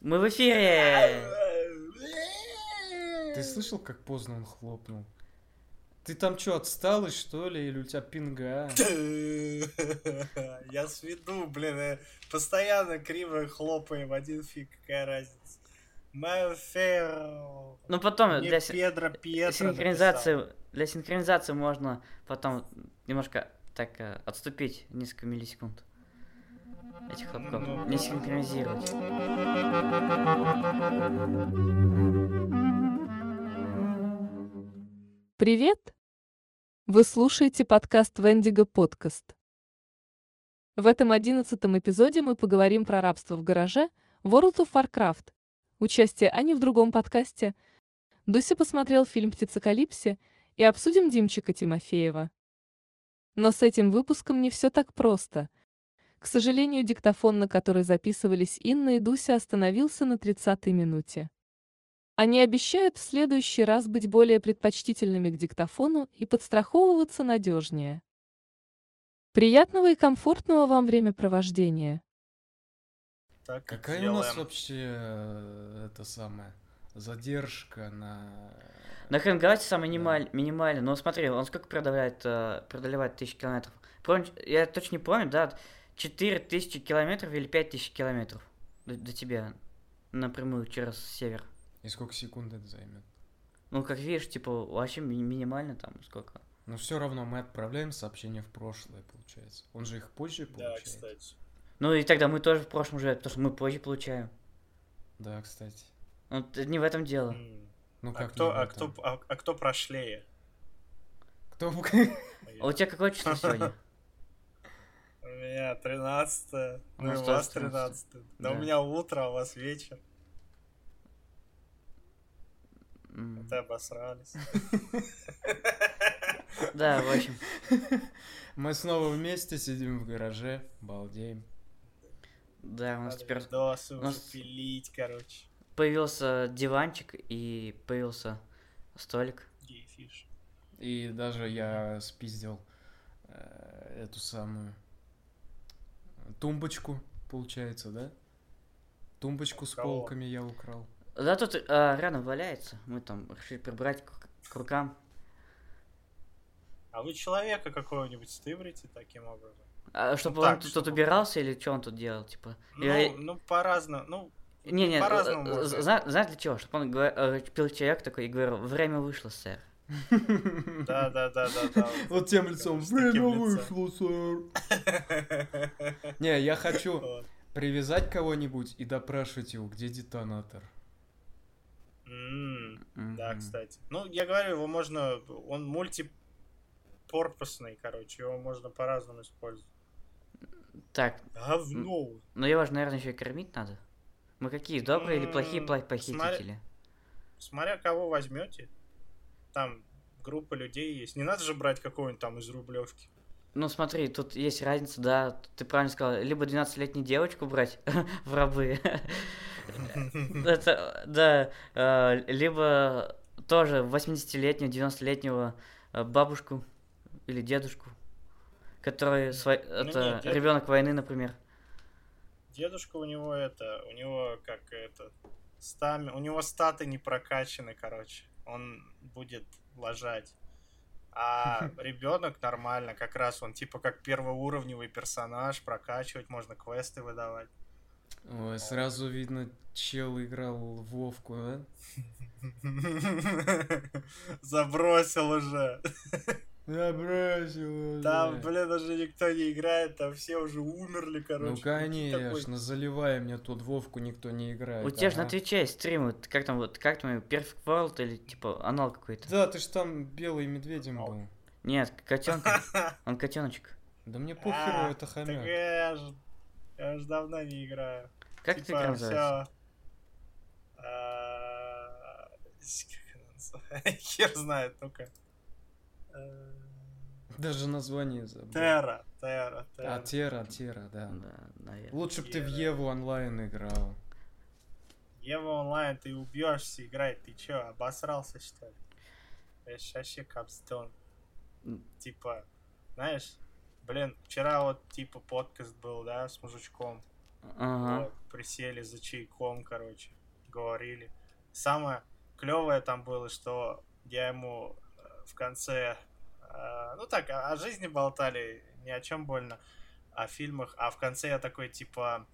Мы в эфире! Ты слышал, как поздно он хлопнул? Ты там что, отсталый, что ли, или у тебя пинга? а? Я сведу, блин, э, постоянно криво хлопаем, один фиг, какая разница. Майфел. Ну потом Мне для син- Педро Пьетро синхронизации, для синхронизации можно потом немножко так э, отступить несколько миллисекунд. Этих хлопков. Ну. Не синхронизировать. Привет! Вы слушаете подкаст Вендиго Подкаст. В этом одиннадцатом эпизоде мы поговорим про рабство в гараже World of Warcraft. Участие Ани в другом подкасте. Дуся посмотрел фильм «Птицекалипси» и обсудим Димчика Тимофеева. Но с этим выпуском не все так просто. К сожалению, диктофон, на который записывались Инна и Дуся, остановился на 30-й минуте. Они обещают в следующий раз быть более предпочтительными к диктофону и подстраховываться надежнее. Приятного и комфортного вам времяпровождения! Так и Какая у нас делаем. вообще э, это самое задержка на... На Хэнгауте самый Да. минималь, минимальный. Но смотри, он сколько преодолевает, э, преодолевает тысяч километров? Помню, я точно не помню, да, 4000 километров или 5000 километров до, до тебя напрямую через север. И сколько секунд это займет? Ну, как видишь, типа, вообще ми- минимально там сколько. Но все Ну, равно мы отправляем сообщения в прошлое, получается. Он же их позже Да, получает. кстати. Ну и тогда мы тоже в прошлом живем, потому что мы позже получаем. Да, кстати. Ну, т- не в этом дело. М. Ну А как кто, не а в кто, этом? а, а кто прошлее? Кто... А у тебя какое число сегодня? У меня 13 У ну и нас у вас тоже 13-е. 13 Да у Да. меня утро, а у вас вечер. М, Ты обосрались. Да, в общем. Мы снова вместе сидим в гараже, балдеем. Да, у нас Надо теперь видосы у уже нас- пилить, короче. появился диванчик и появился столик. Гейфиш. И даже я спиздил э, эту самую тумбочку, получается, да? Тумбочку с Кого? полками я украл. Да, тут э, рано валяется. Мы там решили прибрать к, к рукам. А вы человека какого-нибудь стыбрите таким образом? А, чтобы Ну, так, он тут, чтобы- тут убирался или что он тут делал, типа. Ну, Я- ну по-разному. Ну, не, не, по-разному э, э, можно. зна- знаешь для чего? Чтобы он говор- э, пил человек такой и говорил, время вышло, сэр. да, да, да, да, да. Вот тем лицом. С таким Время лицом». вышло, сэр. Не, я хочу Вот. привязать кого-нибудь и допрашивать его, где детонатор. М, Да, Мгм. кстати. Ну, я говорю, его можно. Он мультипорпусный, короче, его можно по-разному использовать. Так, Говно! ну его же, наверное, еще и кормить надо. Мы какие, добрые или плохие М, пла- смотри- похитители? Смотря кого возьмете, там группа людей есть. Не надо же брать какого-нибудь там из рублевки. Ну смотри, тут есть разница, да, т- ты правильно сказал, либо 12-летнюю девочку брать в рабы, Это, да, э, либо тоже 80-летнюю, 90-летнего э, бабушку или дедушку, который сва- это Ну нет, дед- ребенок войны, например. Дедушка у него это, у него как это, стами, у него статы не прокачаны, короче. Он будет лажать. А ребенок нормально, как раз он типа как первоуровневый персонаж, прокачивать можно, квесты выдавать. Ой, сразу видно, чел играл в Вовку, да? Забросил уже. Добросил. Там, блин, уже никто не играет, там все уже умерли, короче. Ну Ты конечно, такой, заливай мне тут Вовку никто не играет. У тебя же на ага. Твиче есть стримы, т- как там вот, как там, Perfect World или типа анал какой-то? Да, ты ж там белый медведем Ау. был. Нет, котенка, он котеночек. Да мне похеру, А, это Так хомяк. я же, я же давно не играю. Как Типа, это игра называется? всё, а, Как она называется? Хер знает, ну-ка. Э, Даже название забыл. Терра, Терра, А, Терра. Тера, Тера, да. Да, наверное. Лучше бы ты в Тера. Еву онлайн играл. Ева онлайн, ты убьешься играть, ты чё, обосрался что ли? Это ж вообще капстон. М. Типа, знаешь, блин, вчера вот типа подкаст был, да, с мужичком. Ага. Вот, присели за чайком, короче, говорили. Самое клевое там было, что я ему э, в конце, э, ну так, о, о жизни болтали, ни о чем больно, о фильмах, а в конце я такой, типа,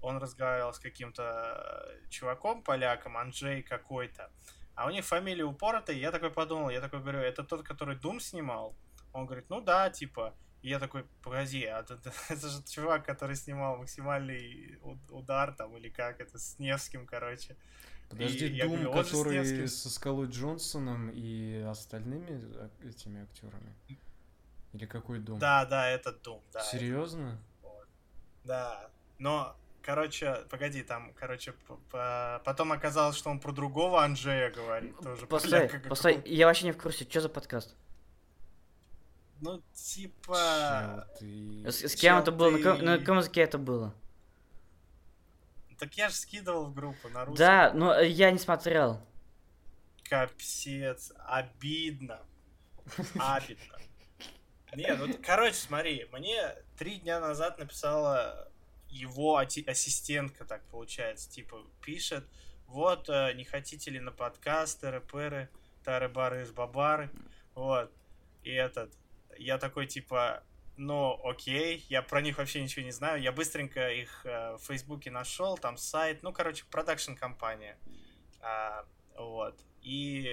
он разговаривал с каким-то э, чуваком, поляком, Анджей какой-то, а у них фамилия упоротая, я такой подумал, я такой говорю, это тот, который Дум снимал? Он говорит, ну да, типа, и я такой, погоди, а это, это же чувак, который снимал максимальный у- удар там, или как это, с Невским, короче. Подожди, И я Дум, говорю, он же с который Невским. со Скалой Джонсоном и остальными а, этими актерами? Или какой Дум? Да, да, это Дум, да. это Серьезно? Да. Но, короче, погоди, там, короче, п- п- потом оказалось, что он про другого Анджея говорит. Тоже Постой, поляка постой, какого-то. я вообще не в курсе, что за подкаст? Ну, типа... Чел, ты- С, с Чел, кем это было? На, каком- ты- на каком языке это было? Так я же скидывал в группу на русском. Да, но э, я не смотрел. Капец, обидно. Обидно. Нет, ну, короче, смотри, мне три дня назад написала его ати- ассистентка, так получается, типа, пишет, вот, э, не хотите ли на подкаст, тыры-пыры, тары-бары из бабары, вот, и этот, я такой, типа, ну, окей, я про них вообще ничего не знаю, я быстренько их э, в Фейсбуке нашел, там сайт, ну, короче, продакшн-компания, А, вот, и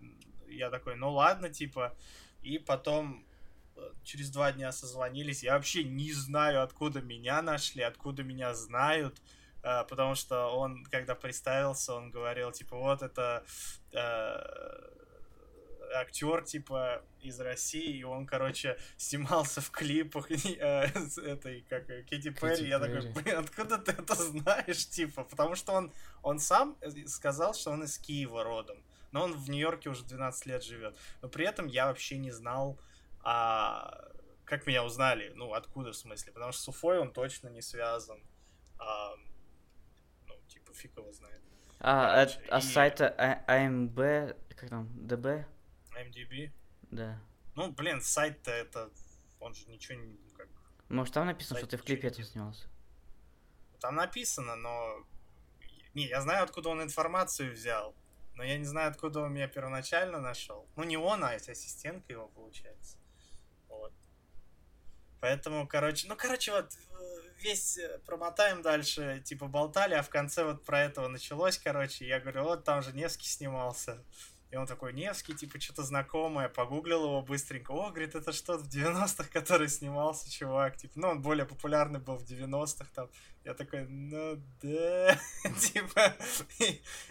м, я такой, ну, ладно, типа, и потом э, через два дня созвонились. Я вообще не знаю, откуда меня нашли, откуда меня знают. э, Потому что он, когда представился, он говорил, типа, вот это э, актер, типа, из России, и он, короче, снимался в клипах э, с этой, как, ее, Кити Перри. Я такой, Перри. блин, откуда ты это знаешь, типа? Потому что он, он сам э, сказал, что он из Киева родом, но он в Нью-Йорке уже 12 лет живет. Но при этом я вообще не знал, а, как меня узнали, ну, откуда в смысле, потому что с Уфой он точно не связан. А, ну, типа, фиг его знает. А, от- Короче, а и- с сайта А- АМБ, как там, ДБ? MDB. Да. Ну, блин, сайт-то это... Он же ничего не... ну, как, Может, там написано, Сайт что ты в ничего клипе не это снялся? Там написано, но... Не, я знаю, откуда он информацию взял, но я не знаю, откуда он меня первоначально нашел. Ну, не он, а ассистентка его, получается. Вот. Поэтому, короче... Ну, короче, вот э, весь э, промотаем дальше, типа болтали, а в конце вот про этого началось, короче. Я говорю, вот там же Невский снимался. И он такой, Невский, типа, что-то знакомое. Погуглил его быстренько. О, говорит, это что-то в 90-х, который снимался, чувак. Типа, ну, он более популярный был в 90-х там. Я такой, ну да, типа, и,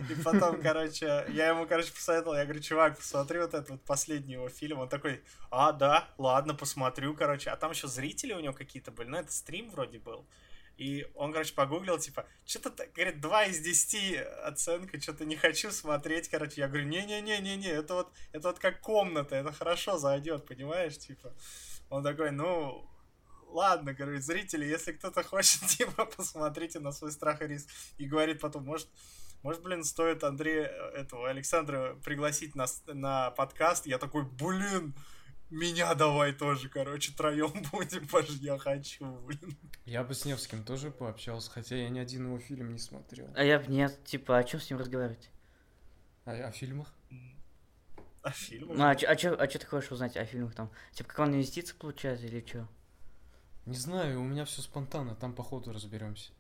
и потом, короче, я ему, короче, посоветовал, я говорю, чувак, посмотри вот этот вот последний его фильм, он такой, а, да, ладно, посмотрю, короче, а там еще зрители у него какие-то были, ну, это стрим вроде был, и он, короче, погуглил, типа, что-то, так, говорит, 2 из 10 оценка, что-то не хочу смотреть, короче, я говорю, не-не-не-не-не, это вот, это вот как комната, это хорошо зайдет, понимаешь, типа, он такой, ну, ладно, говорит, зрители, если кто-то хочет, типа, посмотрите на свой страх и риск. И говорит потом, может, может, блин, стоит Андрея, э, этого, Александра пригласить нас на подкаст. Я такой, блин, меня давай тоже, короче, троем будем, потому что я хочу, блин. Я бы с Невским тоже пообщался, хотя я ни один его фильм не смотрел. А я б нет, типа, о чем с ним разговаривать? А о фильмах? А фильмы? Ну, а что а чё- а чё ты хочешь узнать о фильмах там? Типа, как он инвестиции получает или что? Не знаю, у меня все спонтанно, там по ходу разберемся.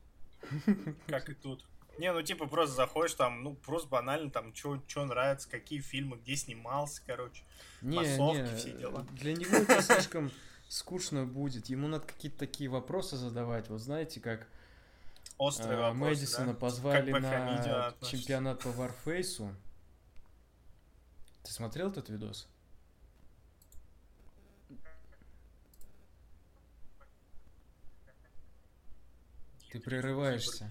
Как и тут. Не, ну типа просто заходишь там, ну просто банально там, что нравится, какие фильмы, где снимался, короче. Не, Массовки, не, все дела. Для него это слишком скучно будет. Ему надо какие-то такие вопросы задавать. Вот знаете, как Острый а, вопрос, Мэдисона да? позвали Как Бахамидиан на относится? чемпионат по Варфейсу. Ты смотрел этот видос? Ты прерываешься.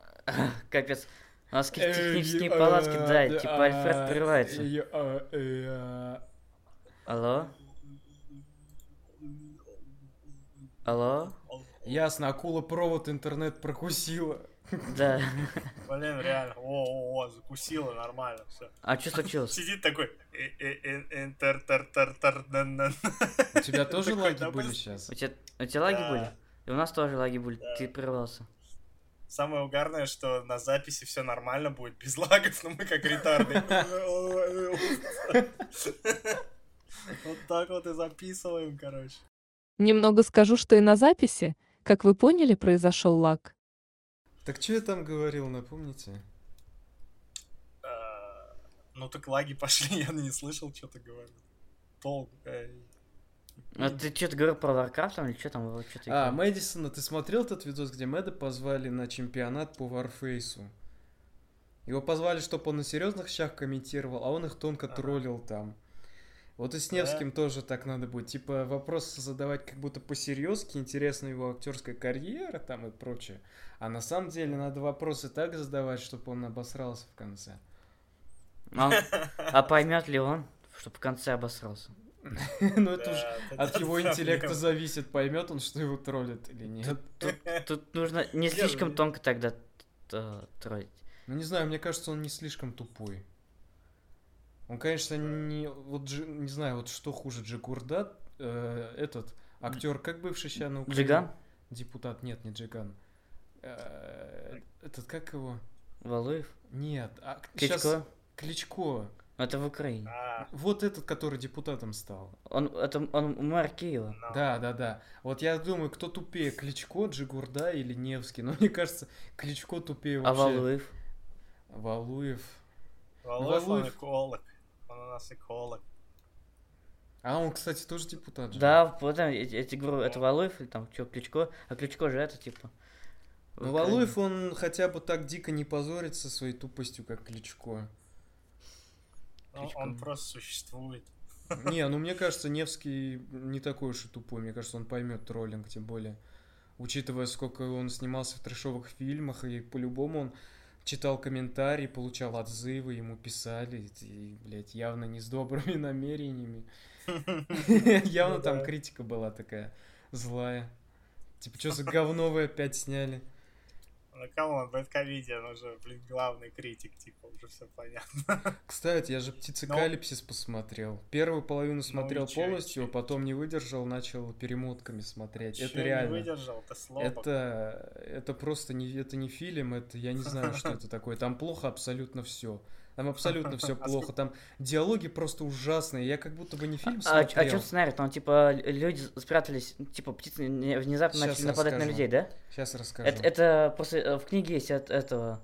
Капец. У нас какие-то Э, технические палатки, а, да, и типа Альфред прерывается. прерывается. Алло? Алло? Ясно, акула провод интернет прокусила. Да. Блин, реально. О-о-о, закусила нормально. Все. А что случилось? Сидит такой. э- э- э- интер- тар- тар- тар- нан- нан. У тебя тоже Такой, лаги да, были блин. сейчас? У тебя, у тебя лаги Да. были? И у нас тоже лаги были, Да. ты прервался. Самое угарное, что на записи все нормально будет, без лагов, но мы как ретарды. Вот так вот и записываем, короче. Немного скажу, что и на записи, как вы поняли, произошел лаг. Так что я там говорил, напомните? А, Ну так лаги пошли, я не слышал, что ты говорил. Толк. эй. А ты что-то говорил про Warcraft там, или что там? вот чё ты А, говорил? Мэдисона, ты смотрел тот видос, где Мэда позвали на чемпионат по Варфейсу? Его позвали, чтобы он на серьезных щах комментировал, а он их тонко Ага. троллил там. Вот и с Да. Невским тоже так надо будет. Типа вопросы задавать как будто по интересна его актерская карьера там и прочее. А на самом деле надо вопросы так задавать, чтобы он обосрался в конце. А он- а поймет ли он, чтобы в конце обосрался? Ну это уж Да, это от его проблема. интеллекта зависит, поймет он, что его троллит или нет. Тут нужно не Я слишком же- тонко тогда э, троллить. Ну не знаю, мне кажется, он не слишком тупой. Он, конечно, не. Вот Джи- не знаю, вот что хуже, Джигурда, э, этот актер, как бывший сейчас на Украине? Джиган? Депутат, нет, не Джиган. Э, этот как его? Валуев? Нет, а Кличко? щас- Кличко. Это в Украине. А, Вот этот, который депутатом стал. Он, это, он мэр Киева. ну. Да, да, да. Вот я думаю, кто тупее, Кличко, Джигурда или Невский? Но мне кажется, Кличко тупее А вообще. Валуев? Валуев. Валуев, он Валуев. эколог. Он у нас эколог. А он, кстати, тоже депутат же. Да, вот там, я, я тебе говорю, это Валуев или там что, Кличко? А Кличко же это типа... Ну, Украина. Валуев, он хотя бы так дико не позорится своей тупостью, как Кличко. Ну, Кличко. он просто существует. Не, ну мне кажется, Невский не такой уж и тупой. Мне кажется, он поймет троллинг, тем более. Учитывая, сколько он снимался в трешовых фильмах, и по-любому он читал комментарии, получал отзывы, ему писали, и, блядь, явно не с добрыми намерениями. Явно Ну там да. критика была такая злая. Типа, что за говно вы опять сняли? Ну, камон, Бэткомедиан уже, блин, главный критик, типа, уже все понятно. Кстати, я же птицекалипсис посмотрел. Первую половину смотрел Ну, ничего, полностью, ничего, потом не выдержал, начал перемотками смотреть. Чё это реально. не выдержал, то слово. это, это просто не, это не фильм, это я не знаю, что это такое. Там плохо абсолютно все. Там абсолютно все А плохо. сколько- Там диалоги просто ужасные. Я как будто бы не фильм А, о смотрел. чем сценарий? Там типа л- люди спрятались, типа птицы не- внезапно Щас начали нападать на расскажу. людей, да? Сейчас расскажу. Это, это после э, в книге есть от этого.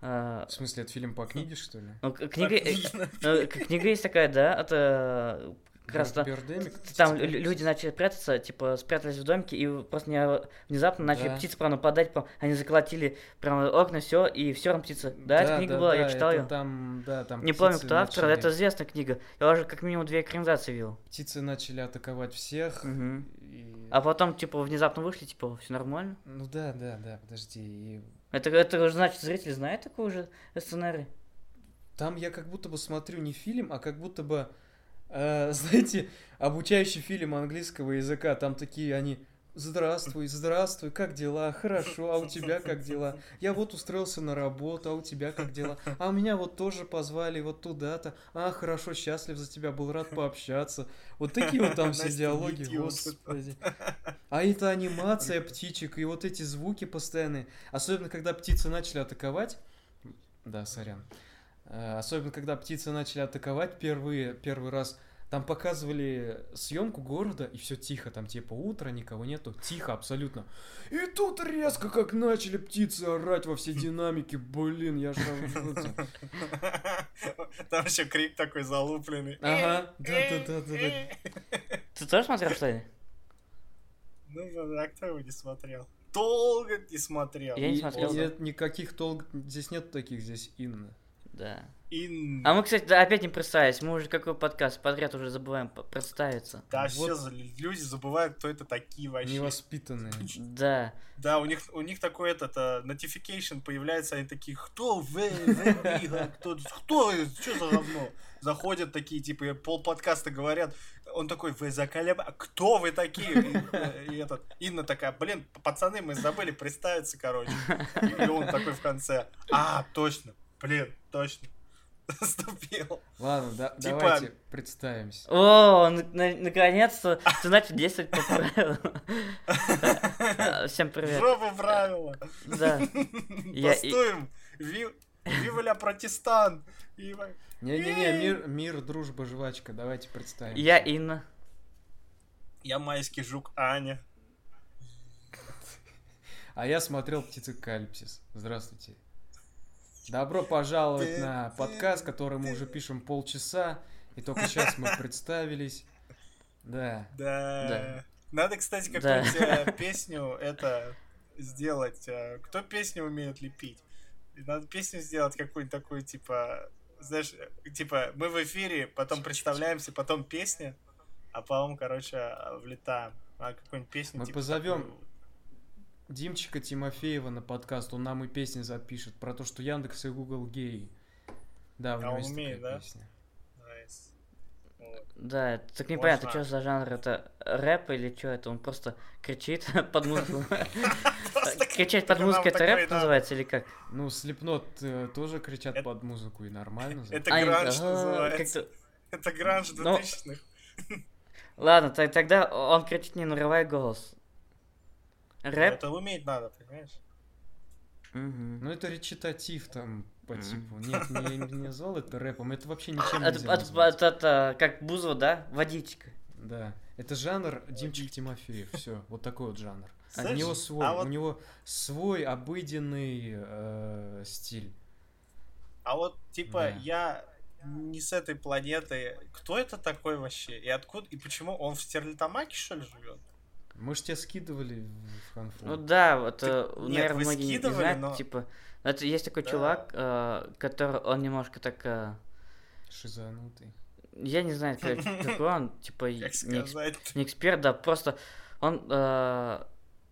э, В смысле, это фильм по книге, что ли? ну, к- книга, э, э, к- книга есть такая, да? Это э, как раз там, Бёрдемик, там лю- «Птицекалипсис». люди начали прятаться, типа спрятались в домике и просто не- внезапно начали Да. птицы прям нападать, прям, они заколотили прямо окна, все, и все там птицы. Да, эта книга да, была, я да, читал это ее. Там, да, там Не помню, птицы кто автор, но начали- это известная книга. Я уже как минимум две экранизации видел. Птицы начали атаковать всех. Мгм. и- А потом, типа, внезапно вышли, типа, все нормально. Ну да, да, да, подожди. И Это, это уже, значит, зрители знают такой уже сценарий. там я как будто бы смотрю не фильм, а как будто бы, э, знаете, обучающий фильм английского языка. Там такие они. Здравствуй, здравствуй, как дела? Хорошо, а у тебя как дела? Я вот устроился на работу, а у тебя как дела? А меня вот тоже позвали вот туда-то. А, хорошо, счастлив за тебя, был рад пообщаться. Вот такие вот там все Настя, диалоги, идиот. господи. А это анимация птичек и вот эти звуки постоянные. Особенно, когда птицы начали атаковать. Да, сорян. Э, Особенно, когда птицы начали атаковать первые, первый раз. Там показывали съемку города, и все тихо, там типа утро, никого нету, тихо абсолютно. И тут резко, как начали птицы орать во все динамики, блин, я же... Там еще крик такой залупленный. Э, Ага, да-да-да-да-да. Ты тоже смотрел, что ли? Ну, да, а кто его не смотрел? Долго не смотрел. Я не И- смотрел, и да. Нет никаких толк, здесь нет таких, здесь Инна. Да. Ин- А мы, кстати, да, опять не представились. Мы уже какой подкаст подряд уже забываем п- представиться. Да, вот. все, люди забывают, кто это такие вообще. Невоспитанные. Типа Да. Да, у них, у них такой этот, а, notification появляется, они такие, кто вы, вы, Мига? кто, кто, что за говно? Заходят такие, типа, пол подкаста говорят, он такой, вы заколеб, а кто вы такие? И, и этот, Инна такая, блин, пацаны, мы забыли представиться, короче. И он такой в конце, а, точно, блин, точно. наступил. Ладно, да- Типа- давайте представимся. О, на- на- наконец-то ты начал действовать по правилам. Всем В привет. жопу правила. Да. Я и- Бастуем. Ви- Вива ля протестан. Ива. Не-не-не, мир, мир, дружба, жвачка, давайте представим. Я Инна. Я майский жук Аня. А я смотрел «Птицекалипсис». Здравствуйте. Добро пожаловать на подкаст, который мы уже пишем полчаса, и только сейчас мы представились. Да. Да. Да. Надо, кстати, Да. какую-нибудь э, песню это сделать. э, Кто песню умеет лепить? И Надо песню сделать какую-нибудь такую, типа, знаешь, э, типа, мы в эфире, потом представляемся, потом песня, а потом, короче, э, влетаем. А какую-нибудь песню, Мы типа, позовем такую. Димчика Тимофеева на подкаст, он нам и песни запишет про то, что Яндекс и Гугл геи. Да, у А него он есть такая умеет, да? песня. Найс. Вот. Да, так непонятно, Можно. что за жанр это рэп или что это? Он просто кричит под музыку. Просто Кричать Э, под нам музыку это такое рэп надо. называется или как? Ну, Слепнот тоже кричат Это- под музыку, и нормально. за- Это А, им- гранж ага, называется. как-то- Это гранж Ну. 2000-х. Ладно, т- тогда он кричит, не нарывая голос. Рэп? Это уметь надо, понимаешь? Мгм. Ну, это речитатив там по Мгм. типу. Нет, не- я не назвал это рэпом, это вообще ничем От- нельзя от- назвать. от- А, Это как Бузова, да? Водичка. Да, это жанр Димчик Тимофеев, все, вот такой вот жанр. У Знаешь, него свой, а у вот- него свой обыденный э, стиль. А вот, типа, Да. я не с этой планеты. Кто это такой вообще? И откуда? И почему? Он в Стерлитамаке, что ли, живет? Мы ж тебя скидывали в- в конфу. Ну да, вот, Ты- э, нет, наверное, вы многие не скидывали, знают, но- типа, это есть такой Да. чувак, э, который, он немножко так, э, Шизанутый. я не знаю, как- какой он, типа, не Как экс- сказать? не эксперт, да, просто он э,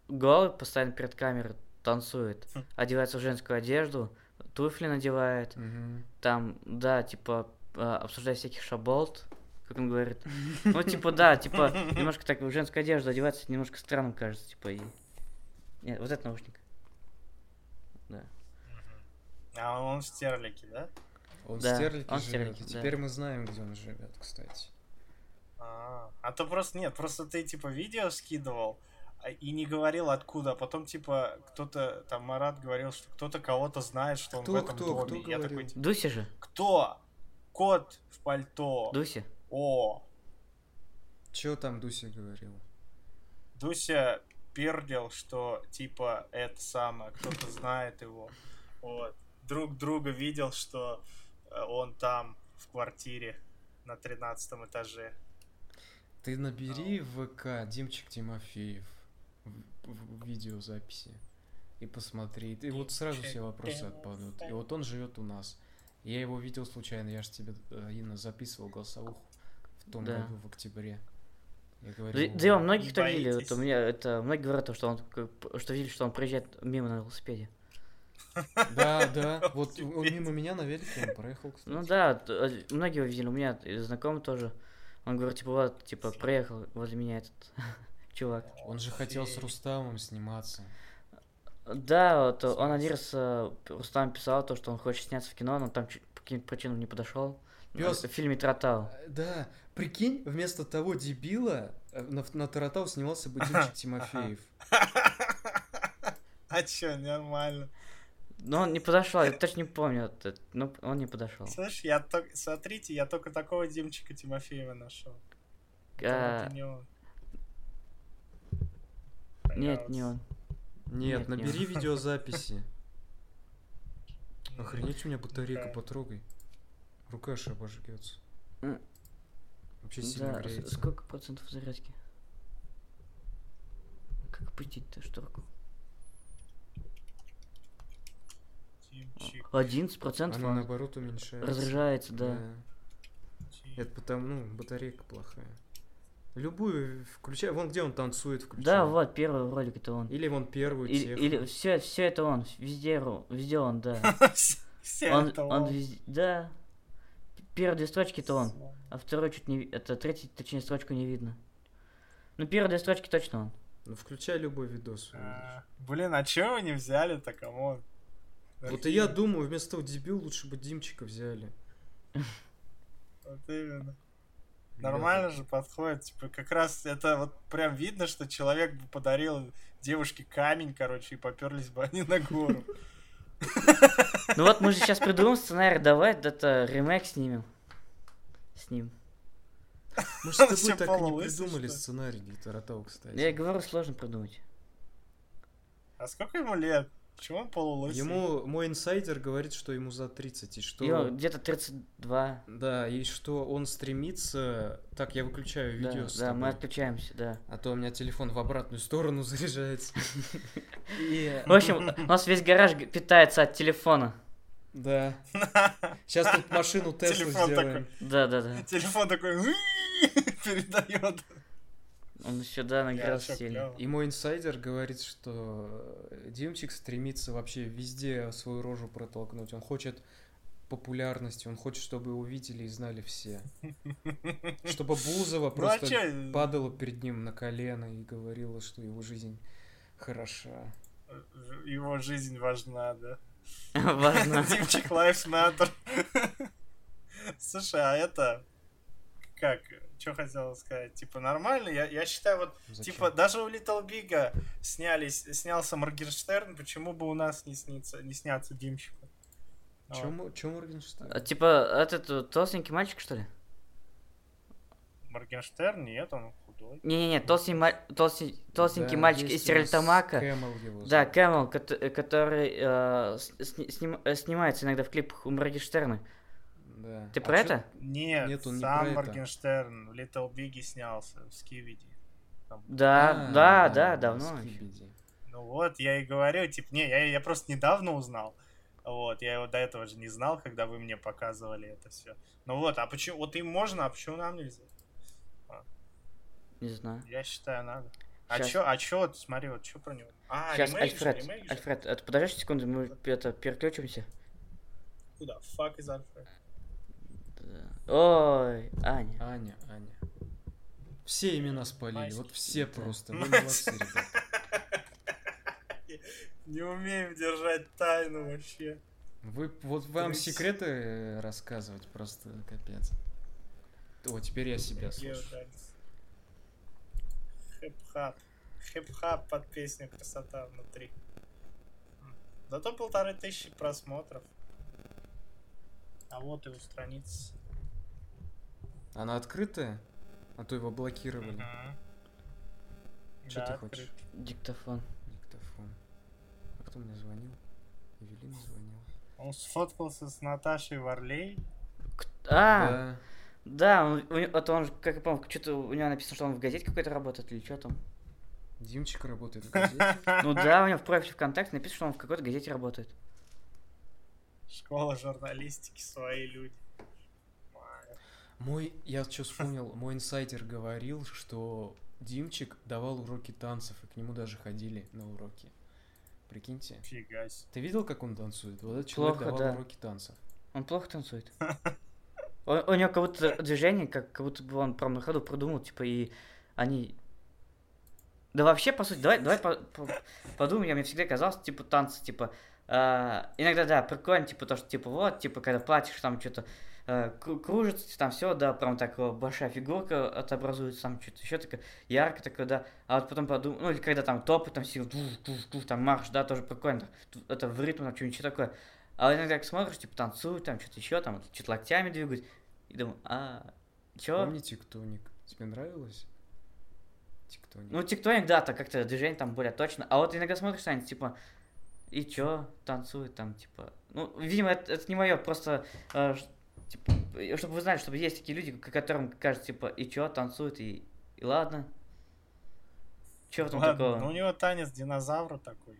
голый постоянно перед камерой танцует, Хм. одевается в женскую одежду, туфли надевает, Мгм. там, да, типа, э, обсуждает всяких шаболт, как он говорит. Ну, типа, да, типа, немножко так в женскую одежду одеваться немножко странным кажется, типа, и... Нет, вот этот наушник. А он в Стерлике, да? Он в Да, Стерлике он в живет. Стерлике, и да. Теперь мы знаем, где он живет, кстати. А, а то просто нет, просто ты типа видео скидывал а, и не говорил откуда, а потом типа кто-то там Марат говорил, что кто-то кого-то знает, что он Кто, в этом кто, доме. кто я говорил? такой, типа, Дуси же, кто? Кот в пальто. Дуси. О, Чего там Дуся говорила? Дуся пердел, что типа это самое, кто-то знает его. Вот. Друг друга видел, что э, он там в квартире на 13 этаже. Ты набери в ВК Димчик Тимофеев в, в видеозаписи и посмотри. И вот сразу все Димчик вопросы отпадут. И вот он живет у нас. Я его видел случайно, я же тебе, э, Инна, записывал голосовуху в том Да. году, в октябре. Я Да, говорил, да и у «О, многих кто видели, Боитесь. вот у меня это многие говорят, то, что он как бы, что видели, что он проезжает мимо на велосипеде. ну, Да, да, вот он Офигеть. мимо меня на велике он проехал, кстати. Ну да, т- э, многие его видели, у меня э, знакомый тоже. Он говорит, типа, вот, типа, проехал возле меня этот чувак. Он же хотел с Офигеть. Рустамом сниматься. Да, вот э, он один раз э, Рустам писал то, что он хочет сняться в кино, но там чуть по каким-то причинам не подошел. Пёс. В фильме Тротау. Э, Да, прикинь, вместо того дебила э, на, на Таратау снимался бы Димчик Тимофеев. А чё, нормально. Но он не подошел, я точно не помню, вот это, но он не подошел. Слышь, я только... Смотрите, я только такого Димчика Тимофеева нашел. А, Нет, не он. Нет, Нет, не набери видеозаписи. Ну, Охренеть у меня батарейка, Да. потрогай. Рука аж обожгется. М. Вообще сильно Да, с- греется. сколько процентов зарядки? Как опустить-то шторку? 11 процентов Она наоборот уменьшается. разряжается, да. Это потому, ну, батарейка плохая. Любую включай, вон где он танцует, включай. Да, вот, первый ролик это он. Или вон первую И- техно. или все, все это он, везде, ру- везде он, да. Все Он, это он он. везде, да. Первые две строчки это он, а второй чуть не, ви- это третий, точнее, строчку не видно. Ну, первые две строчки точно он. Ну, включай любой видос. увидишь. А, Блин, а чё вы не взяли-то, камон? Вот и я думаю, вместо того дебил лучше бы Димчика взяли. Вот именно. Нормально же подходит. Типа, как раз это вот прям видно, что человек бы подарил девушке камень, короче, и поперлись бы они на гору. Ну вот мы же сейчас придумаем сценарий, давай это ремейк снимем. С ним. Мы же Он с тобой всё так и не полулысый, придумали что ли? сценарий Гитаратау, Я и кстати. говорю, сложно придумать. А сколько ему лет? Чего он полулысый? Ему мой инсайдер говорит, что ему за 30, и что... Ё, где-то 32. Да, и что он стремится... Так, я выключаю Да, видео да, с мы тобой. отключаемся, да. А то у меня телефон в обратную сторону заряжается. И... В общем, у нас весь гараж г- питается от телефона. Да. Сейчас тут машину Теслу Телефон сделаем. Да, да, да. Телефон такой передает. Он сюда нагрелся вообще сильно. клёво. И мой инсайдер говорит, что э, Димчик стремится вообще везде свою рожу протолкнуть. Он хочет популярности, он хочет, чтобы его видели и знали все. Чтобы Ну Бузова а просто че? падала перед ним на колено и говорила, что его жизнь хороша. э, Его жизнь важна, да. Важно. Димчик Life Matter. Слушай, а это... Как? Что хотел сказать? Типа нормально? Я, я считаю, вот, Зачем? типа, даже у Литл Бига снялись, снялся Моргенштерн, почему бы у нас не, снится, не сняться Димчику? Ну, Вот. Чё Мо- чё Моргенштерн? А, Типа, этот э, толстенький мальчик, что ли? Моргенштерн? Нет, он худой. Не-не-не, толстенький, маль- толстень- толстенький Да, мальчик из есть у нас Сиральтамака. Кэмэл его Да, зовут. Кэмел, кот- э, который э, с- сни- сним- э, снимается иногда в клипах у Моргенштерна. Да. Ты А про чё- это? Нет, Нет, он не сам про это. Моргенштерн в Литл Биге снялся, в Скивиди. Да, А, да, да, давно. ещё. скибиди. Ну вот, я и говорю, типа, не, я, я просто недавно узнал. Вот, я его до этого же не знал, когда вы мне показывали это все. Ну вот, а почему, вот им можно, а почему нам нельзя? Не знаю. Я считаю, надо. А Щас. чё, а чё, вот, смотри, вот чё про него? А, Сейчас, ремейк же, Альфред, ремейк же. Альфред, а ты подожди секунду, мы это переключимся. Куда? Fuck is Альфред. Да. Ой, Аня. Аня, Аня. Все имена спалили, Майский. вот все Да. просто. Вы Майский. молодцы, ребята. Не умеем держать тайну вообще. Вы, вот вам Крысь. секреты э, рассказывать просто капец. О, теперь я себя слышу. Геотанец. Хип-хап. Хип-хап под песню «Красота внутри». М. Зато полторы тысячи просмотров. А вот его страница. Она открытая? А то его блокировали. Мгм. Чё Да, ты открыт. хочешь? Диктофон. Диктофон. А кто мне звонил? Евелина звонила. Он сфоткался с Наташей Варлей. К- А, Да. да, он, у, него- вот он, же, как я помню, что-то у него написано, что он в газете какой-то работает или что там. Димчик работает в газете. Ну да, у него в профиле ВКонтакте написано, что он в какой-то газете работает. Школа журналистики, свои люди. Мая. Мой, я что вспомнил, мой инсайдер говорил, что Димчик давал уроки танцев, и к нему даже ходили на уроки. Прикиньте. Фига себе. Ты видел, как он танцует? Вот этот человек Плохо, давал да. уроки танцев. Он плохо танцует. Он- у него как будто движение, как, как будто бы он прям на ходу продумал, типа, и они... Да вообще, по сути, давай, давай по- по- подумаем, я мне всегда казалось, типа, танцы, типа, а, иногда, да, прикольно, типа, то, что, типа, вот, типа, когда платишь, там, что-то э, кружится, там все, да, прям так э, большая фигурка отобразуется, там что-то еще такое, ярко такое, да, а вот потом подумал, ну, или когда там топы, там сил, там марш, да, тоже прикольно, это в ритм, там что-нибудь такое, а вот иногда так смотришь, типа танцуют, там что-то еще, там что-то локтями двигают. И думаю, а, чё? Помни тиктоник? Тебе нравилось? Тиктоник. Ну, тиктоник, да, так как-то движение там более точно. А вот иногда смотришь, они типа, и чё, танцуют там, типа. Ну, видимо, это, это не мое, просто, э, ш- типа, чтобы вы знали, что есть такие люди, к- которым кажется, типа, и чё, танцуют, и, и ладно. Чё в этом Ладно, такого? ну у него танец динозавра такой.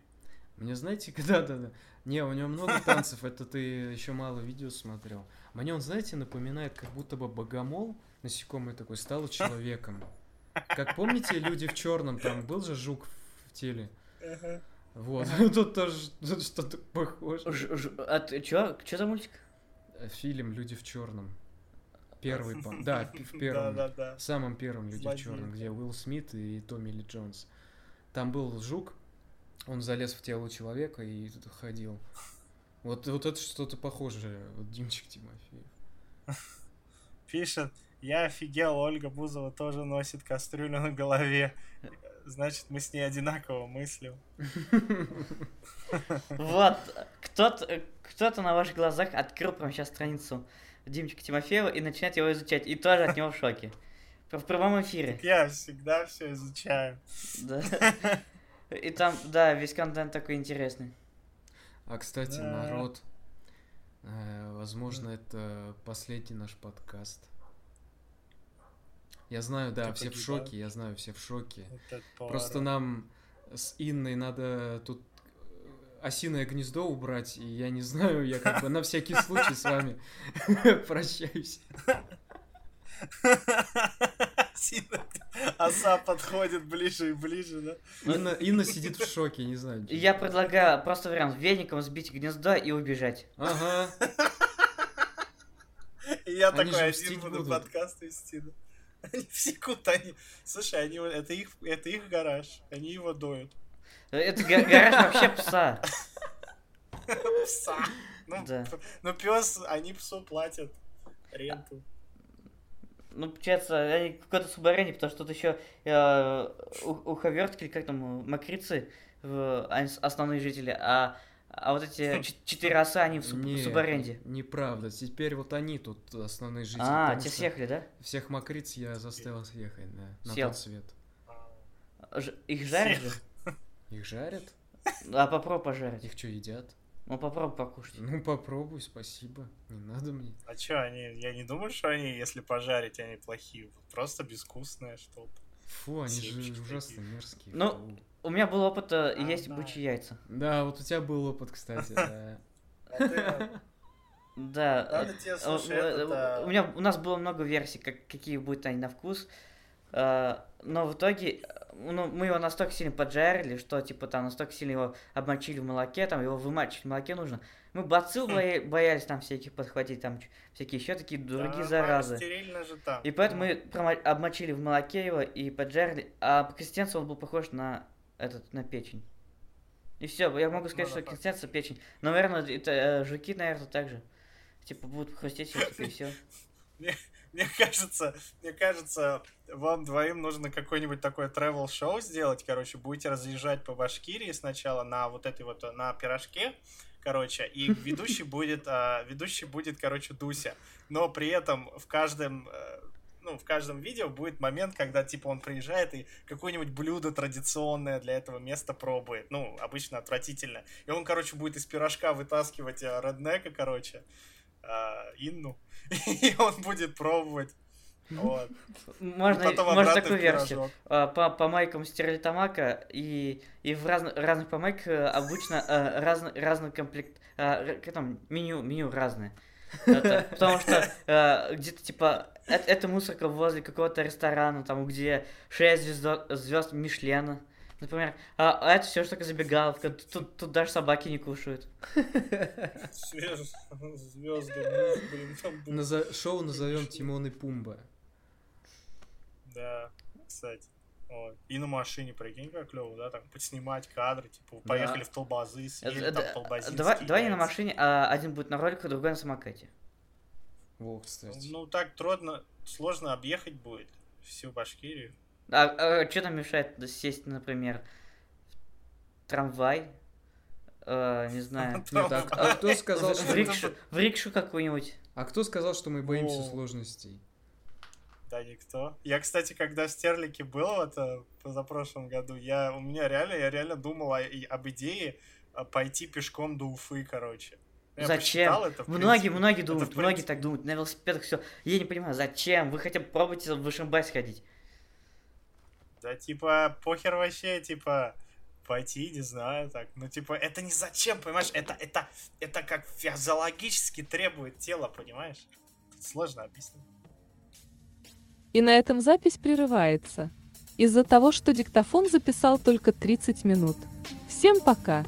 Мне знаете, когда да, да. Не, у него много танцев, это ты еще мало видео смотрел. Мне он, знаете, напоминает, как будто бы богомол, насекомый такой, стал человеком. Как помните, люди в черном, там был же жук в теле. Вот, тут тоже тут что-то похоже. Э, Ж- ж- а ты чё? Чё за мультик? Фильм Люди в черном. Первый, по- да, п- в первом. Да-да-да. В самом первом «Люди в Злодей. черном», где Уилл Смит и Томми Ли Джонс. Там был жук, он залез в тело человека и тут ходил. Вот, вот это что-то похожее, вот Димчик Тимофеев. Пишет, я офигел, Ольга Бузова тоже носит кастрюлю на голове. Значит, мы с ней одинаково мыслим. Вот, кто-то кто на ваших глазах открыл прямо сейчас страницу Димчика Тимофеева и начинает его изучать, и тоже от него в шоке. В прямом эфире. Я всегда все изучаю. Да. И там, да, весь контент такой интересный. А, кстати, Да. народ, э, возможно, это последний наш подкаст. Я знаю, да, Так все в погибают. шоке, я знаю, все в шоке. Вот этот поворот. Просто нам с Инной надо тут э, осиное гнездо убрать, и я не знаю, я как бы на всякий случай с вами прощаюсь. Сильно Оса подходит ближе и ближе, да? Инна, Инна сидит в шоке, не знаю. И Ну, Я предлагаю просто вариант веником сбить гнездо и убежать. Ага. И я Они же такой один мстить буду будут. подкаст вести. да. Они секут, они... Слушай, они... вот- это, их, это их гараж. Они его доют. Это га- гараж вообще пса. Пса. Ну, Да. п- ну пес, они псу платят ренту. Ну, получается, они какой-то субарени, потому что тут э, еще уховертки, или как там, э, мокрицы, в- они с- основные жители, а, а вот эти ч- четыре оса, они в, суб- в Нет, субаренде. Неправда. Теперь вот они тут основные жители. А, потому те что съехали, да? Всех мокриц я заставил съехать, да. На Сел. тот свет. А, Ж- их жарят же? Их жарят? А попробуй пожарить. Их что, едят? Ну, попробуй покушать. Ну, попробуй, спасибо. Не надо мне. А чё, они... Я не думаю, что они, если пожарить, они плохие. Просто безвкусное что-то. Фу, они же Семечки ужасно такие. мерзкие. Ну. фу. У меня был опыт э, А, есть да. бычьи яйца. Да, вот у тебя был опыт, кстати, да. А ты- Да. э, Надо тебе, Э, слушай, э, этот, а, У меня у нас было много версий, как, какие будут они на вкус. Э, Но в итоге э, ну, мы его настолько сильно поджарили, что типа там настолько сильно его обмочили в молоке, там его вымачивать в молоке нужно. Мы бацил боялись там всяких подхватить, там ч- всякие еще такие да, другие нормально, заразы. Стерильно а, же там. И поэтому мы промо- обмочили в молоке его и поджарили, а по консистенции он был похож на этот, на печень. И все, я могу сказать, Ну что да, так. консистенция печень. Но, наверное, это, э, жуки, наверное, также. Типа будут хрустеть всё, типа, и все. Мне кажется, мне кажется, вам двоим нужно какое-нибудь такое travel шоу сделать, короче, будете разъезжать по Башкирии сначала на вот этой вот, э, на пирожке, короче, и ведущий будет, а, ведущий будет, короче, Дуся, но при этом в каждом, э, ну, в каждом видео будет момент, когда, типа, он приезжает и какое-нибудь блюдо традиционное для этого места пробует, ну, обычно отвратительно, и он, короче, будет из пирожка вытаскивать э, реднека, короче, э, Инну, и он будет пробовать. Вот. Можно, И потом можно обратно такую в версию. пирожок. А, По, по майкам стерли тамака и, и в разно- разных помайках э, обычно э, разно- разный комплект, э, р- как там, меню, меню разное. Это- потому что э, где-то типа э- это мусорка возле какого-то ресторана, там где 6 звезд Мишлена, например. А, а это все что такое забегаловка, тут, тут- тут даже собаки не кушают. Звезды, ну, блин, там был. Наза- Шоу назовем Конечно. Тимон и Пумба. Ну, Да, кстати. Вот. И на машине, прикинь, как клево, да, там подснимать кадры, типа, поехали в Толбазы, съели Э, там э, толбазинские Давай, давай не на яйца. машине, а один будет на роликах, другой на самокате. Во, кстати. Ну, так трудно, сложно объехать будет всю Башкирию. А, что нам мешает сесть, например, в трамвай? Э, не знаю. Нет, а, а кто сказал, В что... рикшу, в рикшу какую-нибудь. А кто сказал, что мы боимся О. сложностей? Да никто. Я, кстати, когда в Стерлике был, вот э, позапрошлом году, я, у меня реально, я реально думал о- и- об идее э, пойти пешком до Уфы, короче. Ну, Я Зачем? посчитал это, в Многие, принципе. многие Это, думают, в многие принципе- так думают, на велосипедах все. Я не понимаю, зачем? Вы хотя бы пробуйте в Вышимбай сходить. Да, типа, похер вообще, типа, пойти, не знаю, так. Ну, типа, это не зачем, понимаешь? Это, это, это как физиологически требует тело, понимаешь? Тут сложно объяснить. И на этом запись прерывается. Из-за того, что диктофон записал только 30 минут. Всем пока!